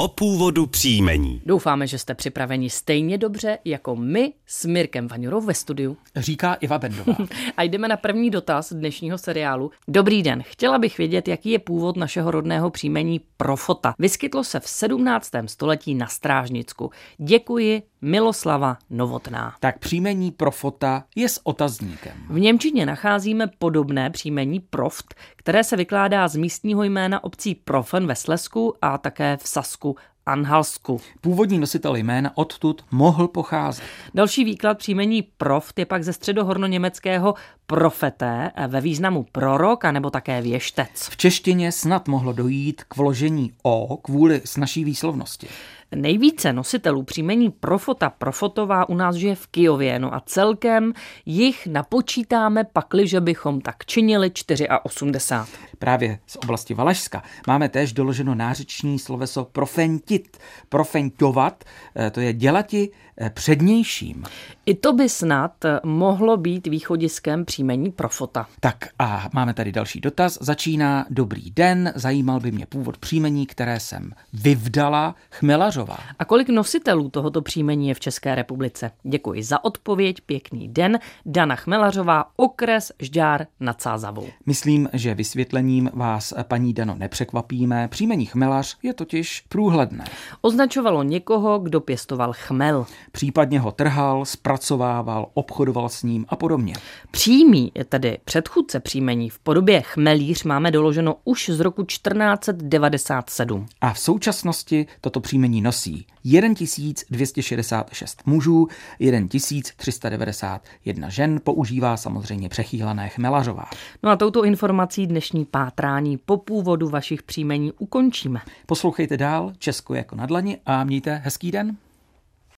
o původu příjmení. Doufáme, že jste připraveni stejně dobře jako my s Mirkem Vaňurou ve studiu. Říká Iva Bendová. A jdeme na první dotaz dnešního seriálu. Dobrý den, chtěla bych vědět, jaký je původ našeho rodného příjmení Profota. Vyskytlo se v 17. století na Strážnicku. Děkuji, Miloslava Novotná. tak příjmení Profota je s otazníkem. V Němčině nacházíme podobné příjmení Proft, které se vykládá z místního jména obcí Profen ve Slesku a také v Sasku Anhalsku. Původní nositel jména odtud mohl pocházet. Další výklad příjmení proft je pak ze středohornoněmeckého profeté ve významu prorok a nebo také věštec. V češtině snad mohlo dojít k vložení O kvůli s naší výslovnosti. Nejvíce nositelů příjmení profota profotová u nás žije v Kijově, no a celkem jich napočítáme pakli, že bychom tak činili 84. Právě z oblasti Valašska máme též doloženo nářeční sloveso profentit. Profentovat, eh, to je dělati eh, přednějším. I to by snad eh, mohlo být východiskem příjmení profota. Tak a máme tady další dotaz. Začíná dobrý den, zajímal by mě původ příjmení, které jsem vyvdala Chmelařová. A kolik nositelů tohoto příjmení je v České republice? Děkuji za odpověď, pěkný den. Dana Chmelařová, okres Žďár nad Sázavou. Myslím, že vysvětlením vás, paní Dano, nepřekvapíme. Příjmení chmelař je totiž průhledné. Označovalo někoho, kdo pěstoval chmel. Případně ho trhal, zpracovával, obchodoval s ním a podobně. Přímý, tedy předchůdce příjmení v podobě chmelíř, máme doloženo už z roku 1497. A v současnosti toto příjmení nosí 1266 mužů, 1391 žen, používá samozřejmě přechýlené chmelařová. No a touto informací dnešní pátrání po původu vašich příjmení ukončíme. Poslouchejte dál Česko jako na dlani a mějte hezký den.